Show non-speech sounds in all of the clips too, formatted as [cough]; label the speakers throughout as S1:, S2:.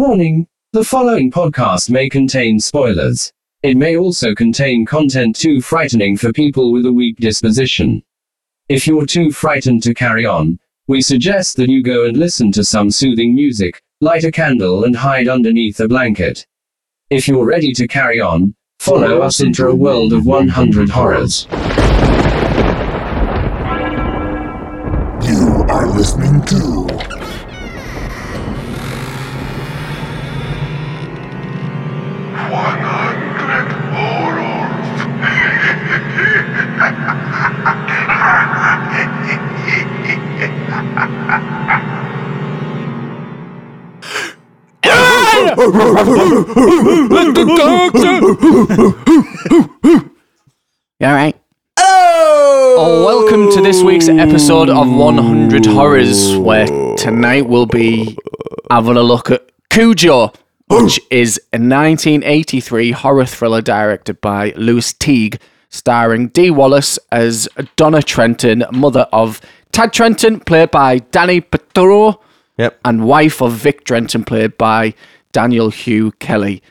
S1: Warning The following podcast may contain spoilers. It may also contain content too frightening for people with a weak disposition. If you're too frightened to carry on, we suggest that you go and listen to some soothing music, light a candle, and hide underneath a blanket. If you're ready to carry on, follow us into a world of 100 horrors.
S2: You are listening to
S3: All right.
S4: Oh!
S3: Welcome to this week's episode of 100 Horrors, where tonight we'll be having a look at Cujo, which is a 1983 horror thriller directed by Lewis Teague, starring Dee Wallace as Donna Trenton, mother of Tad Trenton, played by Danny Petro,
S4: Yep.
S3: and wife of Vic Trenton, played by Daniel Hugh Kelly.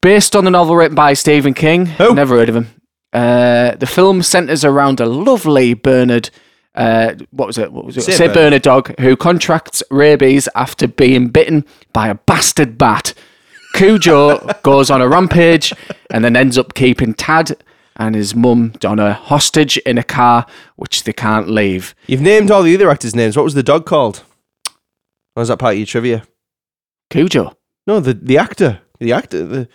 S3: Based on the novel written by Stephen King.
S4: Who?
S3: Never heard of him. Uh, the film centres around a lovely Bernard. Uh, what was it? What was it?
S4: Saint
S3: Say Bernard
S4: Bernard.
S3: dog who contracts rabies after being bitten by a bastard bat.
S4: [laughs]
S3: Cujo goes on a rampage and then ends up keeping Tad and his mum Donna hostage in a car which they can't leave.
S4: You've named all the other actors' names. What was the dog called? Or was that part of your trivia?
S3: Cujo.
S4: No, the, the actor. The actor the,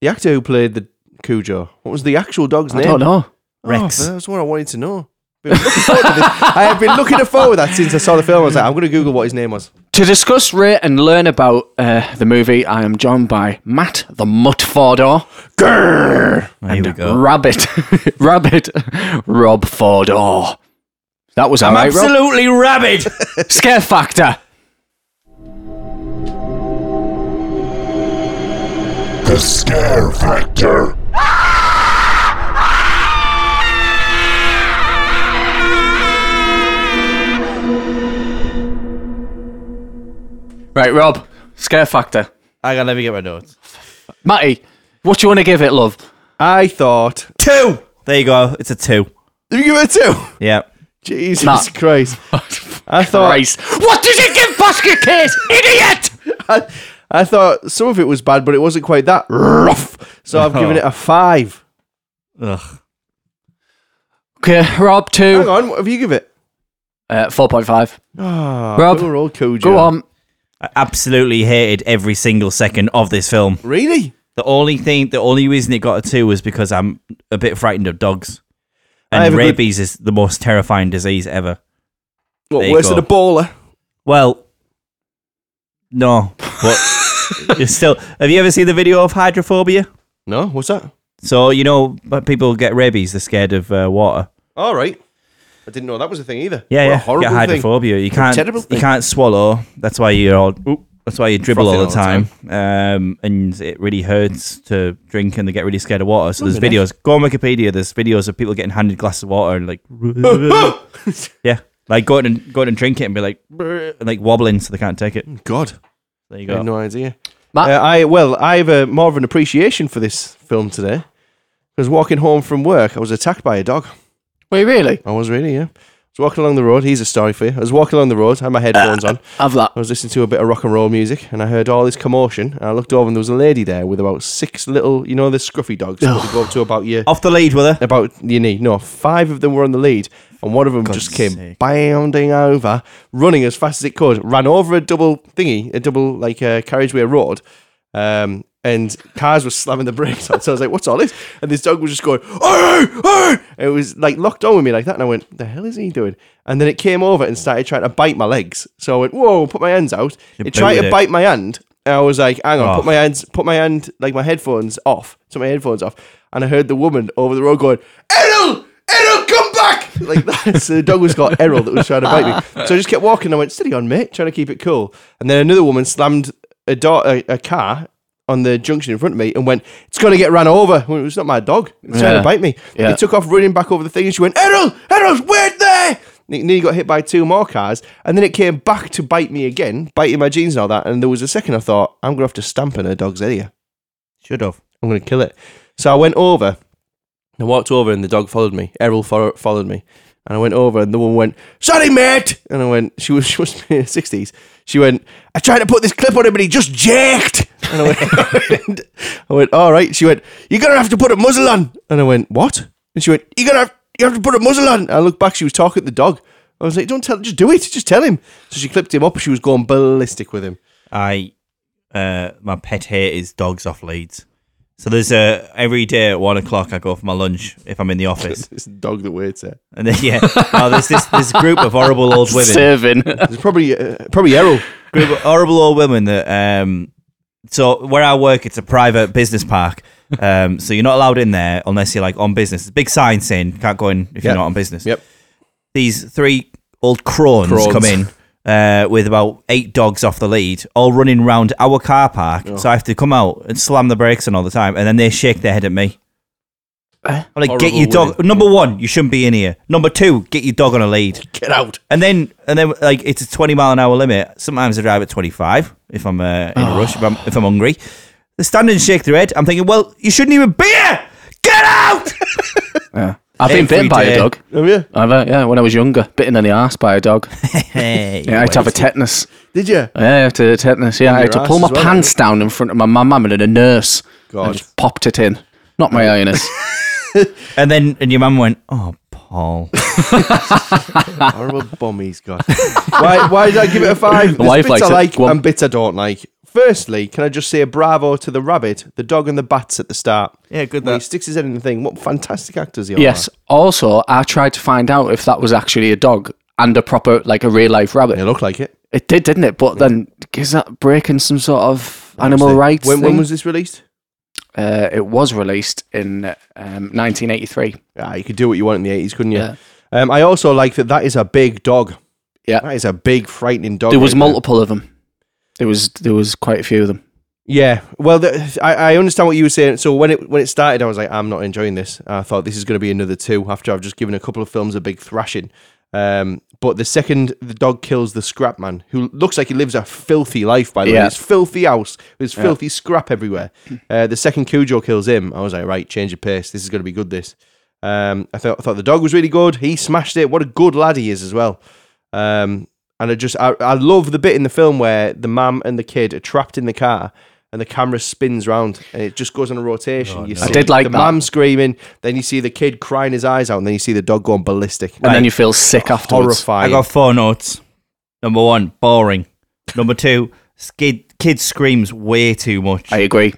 S4: the actor who played the Cujo. What was the actual dog's
S3: I
S4: name?
S3: don't know.
S4: Oh,
S5: Rex.
S4: that was what I wanted to know. Been looking forward to this. I have been looking forward to that since I saw the film. I was like, I'm going to Google what his name was.
S3: To discuss, rate, and learn about uh, the movie, I am joined by Matt the Mutt Fordor
S5: Here we go.
S3: Rabbit, [laughs] Rabbit, Rob Fordor. That was am I right, Rob?
S5: Absolutely rabid.
S3: Scare factor.
S2: the Scare Factor.
S3: Right, Rob. Scare factor.
S4: I got to let me get my notes.
S3: Matty, what do you want to give it, love?
S4: I thought.
S5: two. There you go. It's a two.
S4: Did you give it a two?
S5: Yeah.
S4: Jesus
S3: Nah.
S4: Christ. I thought.
S3: Grace. What did you give Basket Case, idiot?
S4: I, I thought some of it was bad, but it wasn't quite that rough. So I've given it a five.
S5: Ugh.
S3: Okay, Rob
S4: Hang
S3: two.
S4: on, what have you give it?
S3: Uh, Four point five.
S4: Ah,
S3: Uh, Rob,
S4: poor old Cujo.
S3: Go on.
S5: I absolutely hated every single second of this film.
S4: Really?
S5: The only thing, the only reason it got a two was because I'm a bit frightened of dogs.
S4: I have
S5: And
S4: a good-
S5: rabies is the most terrifying disease ever.
S4: What,
S5: There you
S4: worse
S5: go.
S4: than a baller?
S5: Well, no,
S4: [laughs]
S5: but it's still. Have you ever seen the video of hydrophobia?
S4: No, what's that?
S5: So you know, when people get rabies, they're scared of uh, water.
S4: All right. I didn't know that was a thing either.
S5: Yeah,
S4: What a
S5: yeah.
S4: horrible
S5: you get
S4: thing.
S5: hydrophobia. You can't.
S4: terrible
S5: You
S4: thing.
S5: can't swallow. That's why you're all. That's why you dribble all
S4: Frothing
S5: the, time. Um, and it really hurts to drink, and they get really scared of water. So there's
S4: Blooming
S5: videos. Go on Wikipedia. There's videos of people getting handed glasses of water and [laughs] like. yeah, like going and going and drink it and be like, and like wobbling so they can't take it.
S4: God,
S5: There you
S4: I
S5: go.
S4: had no idea.
S3: Matt?
S4: Uh, I well, I have a, more of an appreciation for this film today because walking home from work, I was attacked by a dog.
S3: Wait, really?
S4: I was really, yeah. I was walking along the road. Here's a story for you. I was walking along the road. I had my
S5: [laughs]
S4: headphones on.
S3: Have that.
S4: I was listening to a bit of rock and roll music and I heard all this commotion and I looked over and there was a lady there with about six little, you know, the scruffy dogs that would go up to about your
S5: Off the lead with her.
S4: about your knee. No, five of them were on the lead and one of them just came
S5: sake.
S4: bounding over, running as fast as it could, ran over a double thingy, a double like uh, carriageway road. Um, and cars were slamming the brakes on. So I was like, what's all this? And this dog was just going, "Arr, arr!" And it was like locked on with me like that. And I went, the hell is he doing? And then it came over and started trying to bite my legs. So I went, whoa, put my hands out. it tried
S5: booted
S4: to
S5: it.
S4: bite my hand. And I was like, hang on,
S5: Oh.
S4: put my hands, put my hand, like my headphones off, took my headphones off. And I heard the woman over the road going, Errol, Errol, come back! [laughs] Like that. so the dog was called Errol that was trying to bite me. So I just kept walking. I went, steady on, mate, trying to keep it cool. And then another woman slammed a, door, a, a car on the junction in front of me and went, it's going to get ran over. I went, it's not my dog. It's trying
S3: Yeah.
S4: to bite me.
S3: Yeah.
S4: It took off running back over the thing and she went, Errol, Errol, wait there! ne- nearly got hit by two more cars, and then it came back to bite me again, biting my jeans and all that. And there was a second I thought, I'm gonna have to stamp in a dog's ear.
S5: Should have.
S4: I'm gonna kill it. So I went over. I walked over, and the dog followed me. Errol fo- followed me, and I went over, and the woman went, "Sorry, mate." And I went, she was [laughs] she was in her sixties. She went, "I tried to put this clip on him, but he just jerked." [laughs] And I went, I went, "All right." She went, "You're gonna have to put a muzzle on." And I went, "What?" And she went, "You're gonna have, you have to put a muzzle on." I looked back. She was talking to the dog. I was like, "Don't tell, just do it, just tell him." So she clipped him up. She was going ballistic with him. [laughs]
S5: I uh my pet hate is dogs off leads. So there's a every day at one o'clock I go for my lunch if I'm in the office,
S4: It's the dog that waits there.
S5: and then yeah, oh, there's this this group of horrible old women,
S3: Serving. [laughs]
S4: It's probably uh, probably Errol.
S5: group of horrible old women that um. So where I work, it's a private business park, um. So you're not allowed in there unless you're like on business. There's a big sign saying can't go in if you're
S4: Yep.
S5: not on business.
S4: Yep.
S5: These three old crones,
S4: Crones.
S5: come in. Uh, with about eight dogs off the lead, all running round our car park.
S4: Oh.
S5: So I have to come out and slam the brakes on all the time, and then they shake their head at me. I'm like, get
S4: Eh? Horrible
S5: your dog. Number one, you shouldn't be in here. Number two, get your dog on a lead.
S4: Get out.
S5: And then, and then, like it's a twenty mile an hour limit. Sometimes I drive at twenty five if I'm uh, in a rush, if I'm, if I'm hungry. They stand and shake their head. I'm thinking, well, you shouldn't even be here. Get out.
S3: I've been
S5: Every
S3: bitten by
S5: day.
S3: a dog.
S4: Oh, yeah.
S3: I've, uh, yeah, when I was younger, bitten in the arse by a
S4: [laughs]
S3: dog.
S5: hey,
S3: Yeah, I had to have a tetanus.
S4: Did you?
S3: Yeah, I had to tetanus. Yeah, I had
S4: your
S3: to pull
S4: arse
S3: my
S4: as well, eh?
S3: pants down in front of my mum mum, and then a nurse.
S4: God. Oh.
S3: And just popped it in. Not my
S4: [laughs]
S3: anus.
S5: and then, and your mum went, oh, Paul.
S4: Horrible bummies, God.
S5: [laughs]
S4: why, why did I give it a five? There's
S3: Wife
S4: bits
S3: likes
S4: I
S3: it.
S4: like
S3: Go on.
S4: and bits I don't like. Firstly, can I just say bravo to the rabbit, the dog, and the bats at the start?
S5: Yeah, good
S4: When he
S5: that.
S4: sticks his head in the thing. What fantastic actors he
S3: yes. Also, I tried to find out if that was actually a dog and a proper, like a real life rabbit.
S4: are. They look like it.
S3: It did, didn't it? But then, is that breaking some sort of animal rights?
S4: When, when
S3: thing?
S4: was this released?
S3: uh, it was released in um, 1983?
S4: Ah, you could do what you want in the eighties, couldn't you?
S3: Yeah.
S4: Um, I also like that. That is a big dog.
S3: Yeah.
S4: that is a big, frightening dog.
S3: There was
S4: right there.
S3: multiple of them. There was there was quite a few of them.
S4: Yeah, well, the, I, I understand what you were saying. So when it when it started, I was like, I'm not enjoying this. I thought this is going to be another two after I've just given a couple of films a big thrashing. Um, but the second the dog kills the scrap man, who looks like he lives a filthy life, by the way,
S3: Yeah.
S4: his filthy house, there's filthy scrap everywhere. Uh, the second Cujo kills him, I was like, right, change of pace. This is going to be good. This. Um, I thought I thought the dog was really good. He smashed it. What a good lad he is as well. Um, and I just I, I love the bit in the film where the mum and the kid are trapped in the car and the camera spins round and it just goes on a rotation. you see
S3: I did like
S4: the
S3: that.
S4: mum screaming, then you see the kid crying his eyes out, and then you see the dog going ballistic.
S3: And then you feel sick afterwards.
S5: I
S4: horrifying.
S5: got four notes. Number one, boring. Number two, skid, kid screams way too much.
S3: I agree.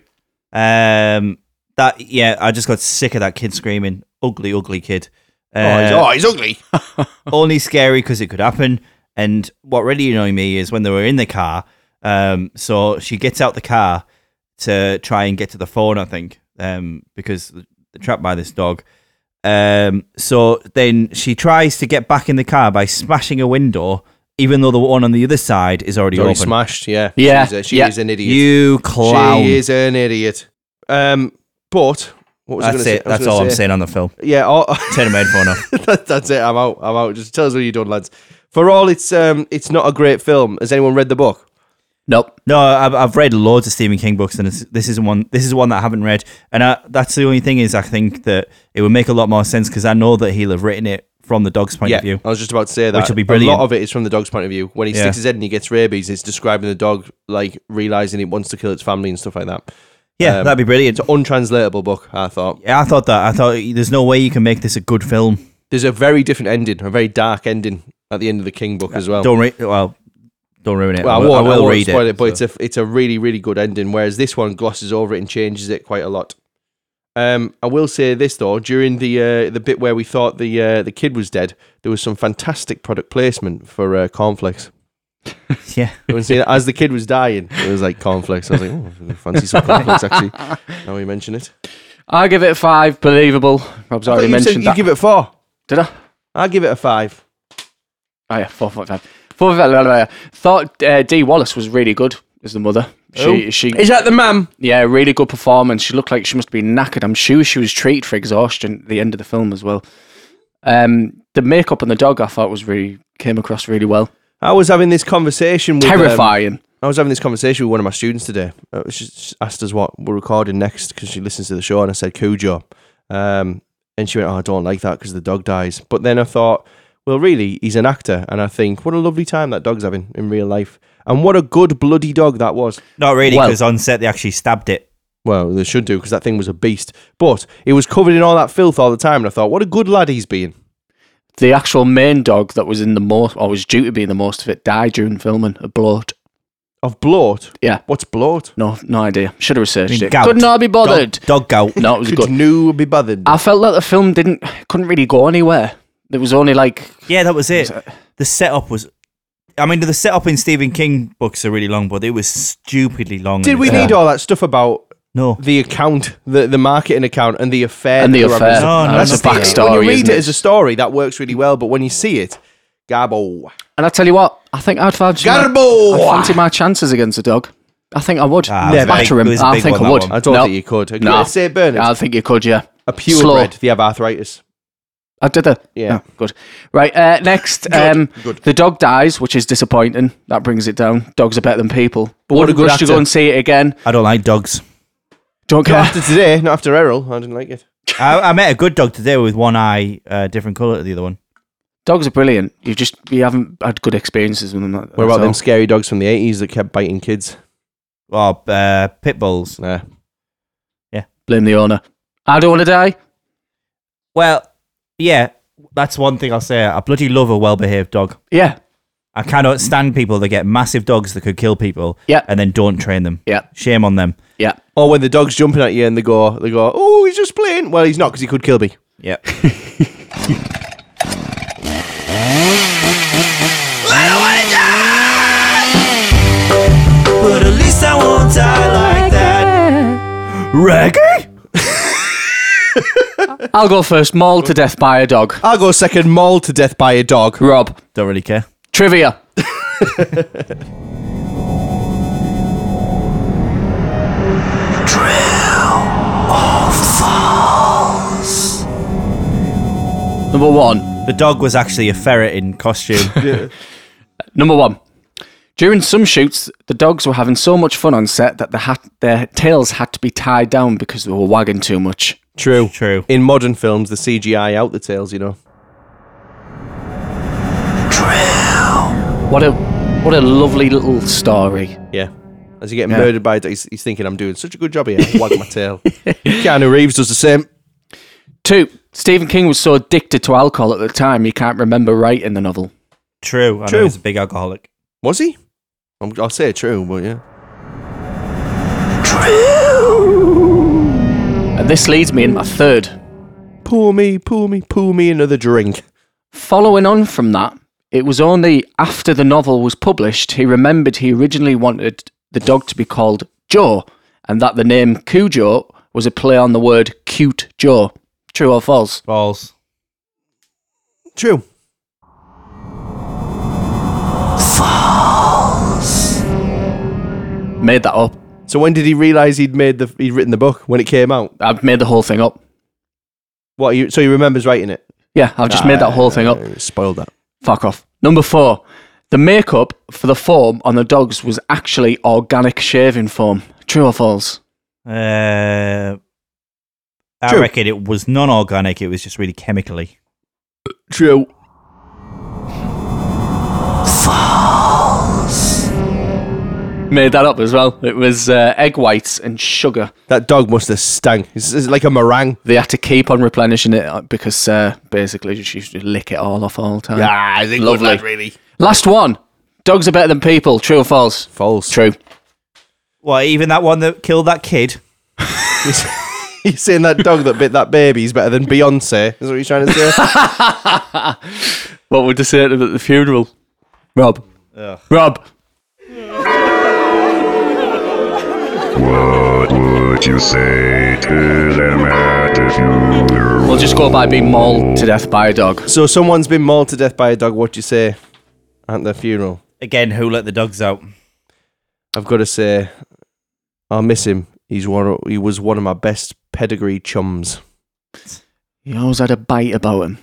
S5: Um, that yeah, I just got sick of that kid screaming. Ugly, ugly kid.
S4: oh, he's,
S5: Uh,
S4: oh, he's ugly. [laughs]
S5: only scary because it could happen. And what really annoyed me is when they were in the car. Um, so she gets out the car to try and get to the phone, I think, um, because they're trapped by this dog. Um, so then she tries to get back in the car by smashing a window, even though the one on the other side is already
S4: He's already
S5: open.
S4: smashed. Yeah,
S3: Yeah,
S4: She's a- she
S3: yeah.
S4: is an idiot.
S5: you clown.
S4: She is an idiot. Um, but what was I gonna
S5: That's it.
S4: Say? I was
S5: That's
S4: gonna
S5: all I'm
S4: say-
S5: saying on the film.
S4: Yeah. all- [laughs]
S5: Turn the headphone off.
S4: that, that's it. I'm out. I'm out. Just tell us what you've done, lads. For all it's um, it's not a great film. Has anyone read the book?
S3: Nope.
S5: No, I've, I've read loads of Stephen King books, and it's, this is one. This is one that I haven't read, and I, that's the only thing is I think that it would make a lot more sense because I know that he'll have written it from the dog's point of view.
S4: I was just about to say that.
S5: Which will be
S4: A
S5: brilliant.
S4: lot of it is from the dog's point of view. When he
S5: Yeah.
S4: sticks his head and he gets rabies, it's describing the dog like realizing it wants to kill its family and stuff like that.
S5: Yeah,
S4: Um,
S5: that'd be brilliant.
S4: It's an untranslatable book, I thought.
S5: yeah, I thought that. I thought there's no way you can make this a good film.
S4: There's a very different ending, a very dark ending at the end of the King book as well.
S5: Don't read. Well, don't ruin it.
S4: Oh. Well, I
S5: will-
S4: won't, I
S5: will
S4: won't
S5: read
S4: spoil it, but
S5: so.
S4: it's a it's a really really good ending. Whereas this one glosses over it and changes it quite a lot. Um, I will say this though: during the uh, the bit where we thought the uh, the kid was dead, there was some fantastic product placement for uh, cornflakes.
S5: [laughs] yeah.
S4: You wouldn't say that. As the kid was dying, it was like cornflakes. I was like, oh, fancy some cornflakes, actually. Now we mention it.
S3: I give it five. Believable. Rob's already
S4: you
S3: mentioned
S4: you
S3: that.
S4: give it four.
S3: Did I?
S4: I give it a five.
S3: Oh yeah, four point five. Four point five. Thought uh, Dee Wallace was really good as the mother. She, she,
S4: that the mam?
S3: yeah, really good performance. She looked like she must be knackered. I'm sure she was treated for exhaustion at the end of the film as well. Um, the makeup on the dog I thought was really came across really well.
S4: I was having this conversation with um,
S3: Terrifying.
S4: I was having this conversation with one of my students today. Uh, She she asked us what we're recording next because she listens to the show, and I said Cujo, um, and she went, "Oh, I don't like that because the dog dies." But then I thought, well, really, he's an actor, and I think what a lovely time that dog's having in real life, and what a good bloody dog that was.
S5: Not really,
S3: Well-
S5: because on set they actually stabbed it.
S4: Well, they should do because that thing was a beast. But it was covered in all that filth all the time, and I thought, what a good lad he's been.
S3: the actual main dog that was in the most, or was due to be in the most of it, died during filming. A bloat.
S4: Of bloat.
S3: Yeah.
S4: What's bloat?
S3: No, no idea. Should have researched
S5: mean,
S3: it.
S5: gout.
S3: Could not be bothered.
S5: Dog, dog
S3: [laughs]
S5: gout.
S3: No, it
S4: [laughs]
S3: was
S4: Could
S3: good. Ah.
S4: new be bothered.
S3: I felt that the film didn't, couldn't really go anywhere. It was only like,
S5: Yeah, that was it. The setup was. I mean, the setup in Stephen King books are really long, but it was stupidly long.
S4: Did we
S5: Yeah.
S4: need all that stuff about
S5: No.
S4: the account, the, the marketing account, and the affair?
S3: and
S4: that
S3: the
S4: they were having?
S3: affair.
S5: No, no,
S3: that's
S5: no.
S3: a
S5: When you
S3: backstory.
S4: When you
S3: isn't
S4: read it
S3: it?
S4: as a story, that works really well, but when you see it, Garbo.
S3: and I tell you what, I think I'd fancy, my-
S4: Garbo!
S3: I'd fancy my chances against a dog. I think I would.
S5: Ah, it was a
S3: Batter
S5: big-
S3: him.
S5: it was a
S3: I
S5: big
S3: think
S5: one,
S3: I
S5: that
S3: would.
S5: one.
S4: I don't
S3: No.
S4: think you could. Agree
S3: No.
S4: with St. Bernard,
S3: I think you could, yeah.
S4: a purebred, they
S3: [laughs]
S4: have arthritis.
S3: I did it.
S4: Yeah.
S3: good. Right. Uh, next, um, the dog dies, which is disappointing. That brings it down. Dogs are better than people. But
S4: what
S3: what
S4: a
S3: a
S4: good
S3: rush to go
S4: actor.
S3: and see it again.
S5: I don't like dogs.
S3: Don't
S4: Not
S3: care.
S4: after today, not after Errol. I didn't like it.
S5: [laughs] I, I met a good dog today with one eye, uh, different colour to the other one.
S3: Dogs are brilliant. You just you haven't had good experiences with them. that-
S4: What about
S3: that's
S4: them
S3: all.
S4: scary dogs from the 80s that kept biting kids?
S5: Oh, uh, pit bulls.
S4: Nah.
S3: Blame the owner. I don't want to die.
S5: Well, yeah, that's one thing I'll say. I bloody love a well-behaved dog.
S3: Yeah.
S5: I cannot stand people that get massive dogs that could kill people
S3: Yeah.
S5: and then don't train them.
S3: Yeah.
S5: Shame on them.
S3: Yeah.
S4: Or when the dog's jumping at you and they go, they go, oh, he's just playing. Well, he's not because he could kill me.
S5: [laughs] Yeah. But at least I won't die like that. Reggae?
S3: I'll go first. Mauled to death by a dog.
S4: I'll go second, mauled to death by a dog.
S3: Rob.
S5: Don't really care.
S3: Trivia. Number one.
S5: The dog was actually a ferret in costume.
S4: [laughs]
S3: Number one. During some shoots, the dogs were having so much fun on set that the hat, their tails had to be tied down because they were wagging too much.
S4: True.
S5: True.
S4: In modern films, the CGI out the tails, you know.
S3: What a what a lovely little story.
S4: Yeah. As you get murdered by a dog, he's, he's thinking, I'm doing such a good job here. Wag my [laughs] tail. Keanu Reeves does the same.
S3: Two. Stephen King was so addicted to alcohol at the time he can't remember writing the novel.
S5: True. I
S4: True.
S5: know he's a big alcoholic.
S4: Was he? I'm, I'll say true, but yeah.
S3: And this leads me in my third.
S4: Pour me, pour me, pour me another drink.
S3: Following on from that, it was only after the novel was published he remembered he originally wanted the dog to be called Joe and that the name Cujo was a play on the word cute Joe. True or false?
S5: Balls.
S4: True.
S3: Made that up.
S4: So when did he realise he'd made the he'd written the book when it came out?
S3: I've made the whole thing up.
S4: What? You, so he remembers writing it.
S3: Yeah, I've just made that whole thing up.
S4: Uh, Spoiled that.
S3: Fuck off. Number four. The makeup for the form on the dogs was actually organic shaving foam. True or false?
S5: Uh, I
S4: True.
S5: reckon it was non organic. It was just really chemically.
S4: True.
S3: Made that up as well. It was uh, egg whites and sugar.
S4: That dog must have stank. It's, it's like a meringue.
S3: they had to keep on replenishing it uh, because uh, basically she used to lick it all off all the time.
S4: Ah, I think
S3: Lovely.
S4: really.
S3: Last one. Dogs are better than people. True or false?
S4: False. [laughs]
S3: True.
S5: Well, even that one that killed that kid.
S4: You're saying that dog that bit that baby is better than Beyonce? Is what you're trying to say? [laughs]
S3: What would they say at the funeral? Rob. Rob.
S2: What would you say to them at the funeral?
S3: We'll just go by being mauled to death by a dog.
S4: so someone's been mauled to death by a dog. What do you say at the funeral?
S5: Again, who let the dogs out?
S4: I've got to say, I miss him. He's one. Of, he was one of my best pedigree chums.
S3: He always had a bite about him.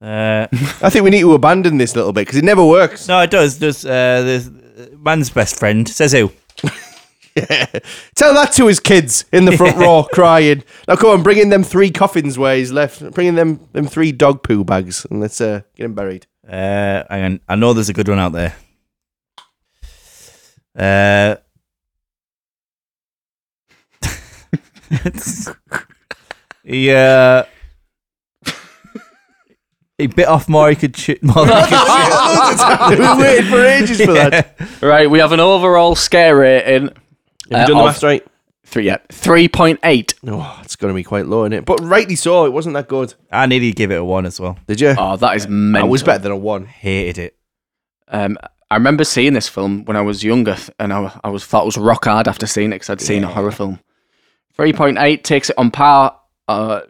S5: Uh,
S4: [laughs] I think we need to abandon this little bit because it never works.
S5: no, it does. Does uh, there's man's best friend says who?
S4: [laughs] Tell that to his kids in the front [laughs] row crying. Now come on, bring in them three coffins where he's left. Bring in them them three dog poo bags and let's uh, get him buried.
S5: Uh, hang on. I know there's a good one out there. Uh, [laughs] yeah. uh, He bit off more he could [laughs] chew. More than he could
S4: [laughs] we waited for ages for [laughs] that.
S3: Right, we have an overall scare rating.
S4: Have you done
S3: Uh,
S4: the
S3: of-
S4: maths right?
S3: Three, yeah, three point eight.
S4: Oh, it's going to be quite low, is it? But rightly so. It wasn't that good.
S5: I nearly give it a one as well.
S4: Did you?
S3: Oh, that is
S4: I
S3: mental.
S4: was better than a one.
S5: Hated it.
S3: Um, I remember seeing this film when I was younger, th- and I, I was thought it was rock hard after seeing it because I'd seen a horror film. Three point eight takes it on par, uh,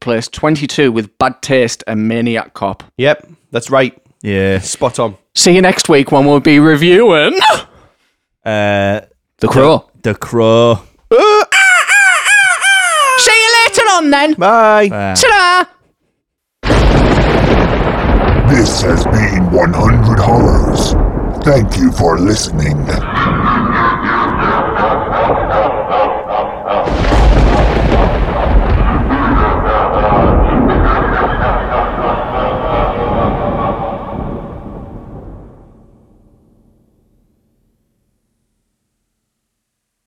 S3: place twenty two with Bad Taste and Maniac Cop.
S4: Yep, that's right.
S5: Yeah.
S4: Spot on.
S3: See you next week when we'll be reviewing
S5: Uh,
S3: The Crow.
S5: the crow.
S3: See you later on then.
S4: Bye.
S3: Ta-da!
S2: This has been 100 Horrors. Thank you for listening.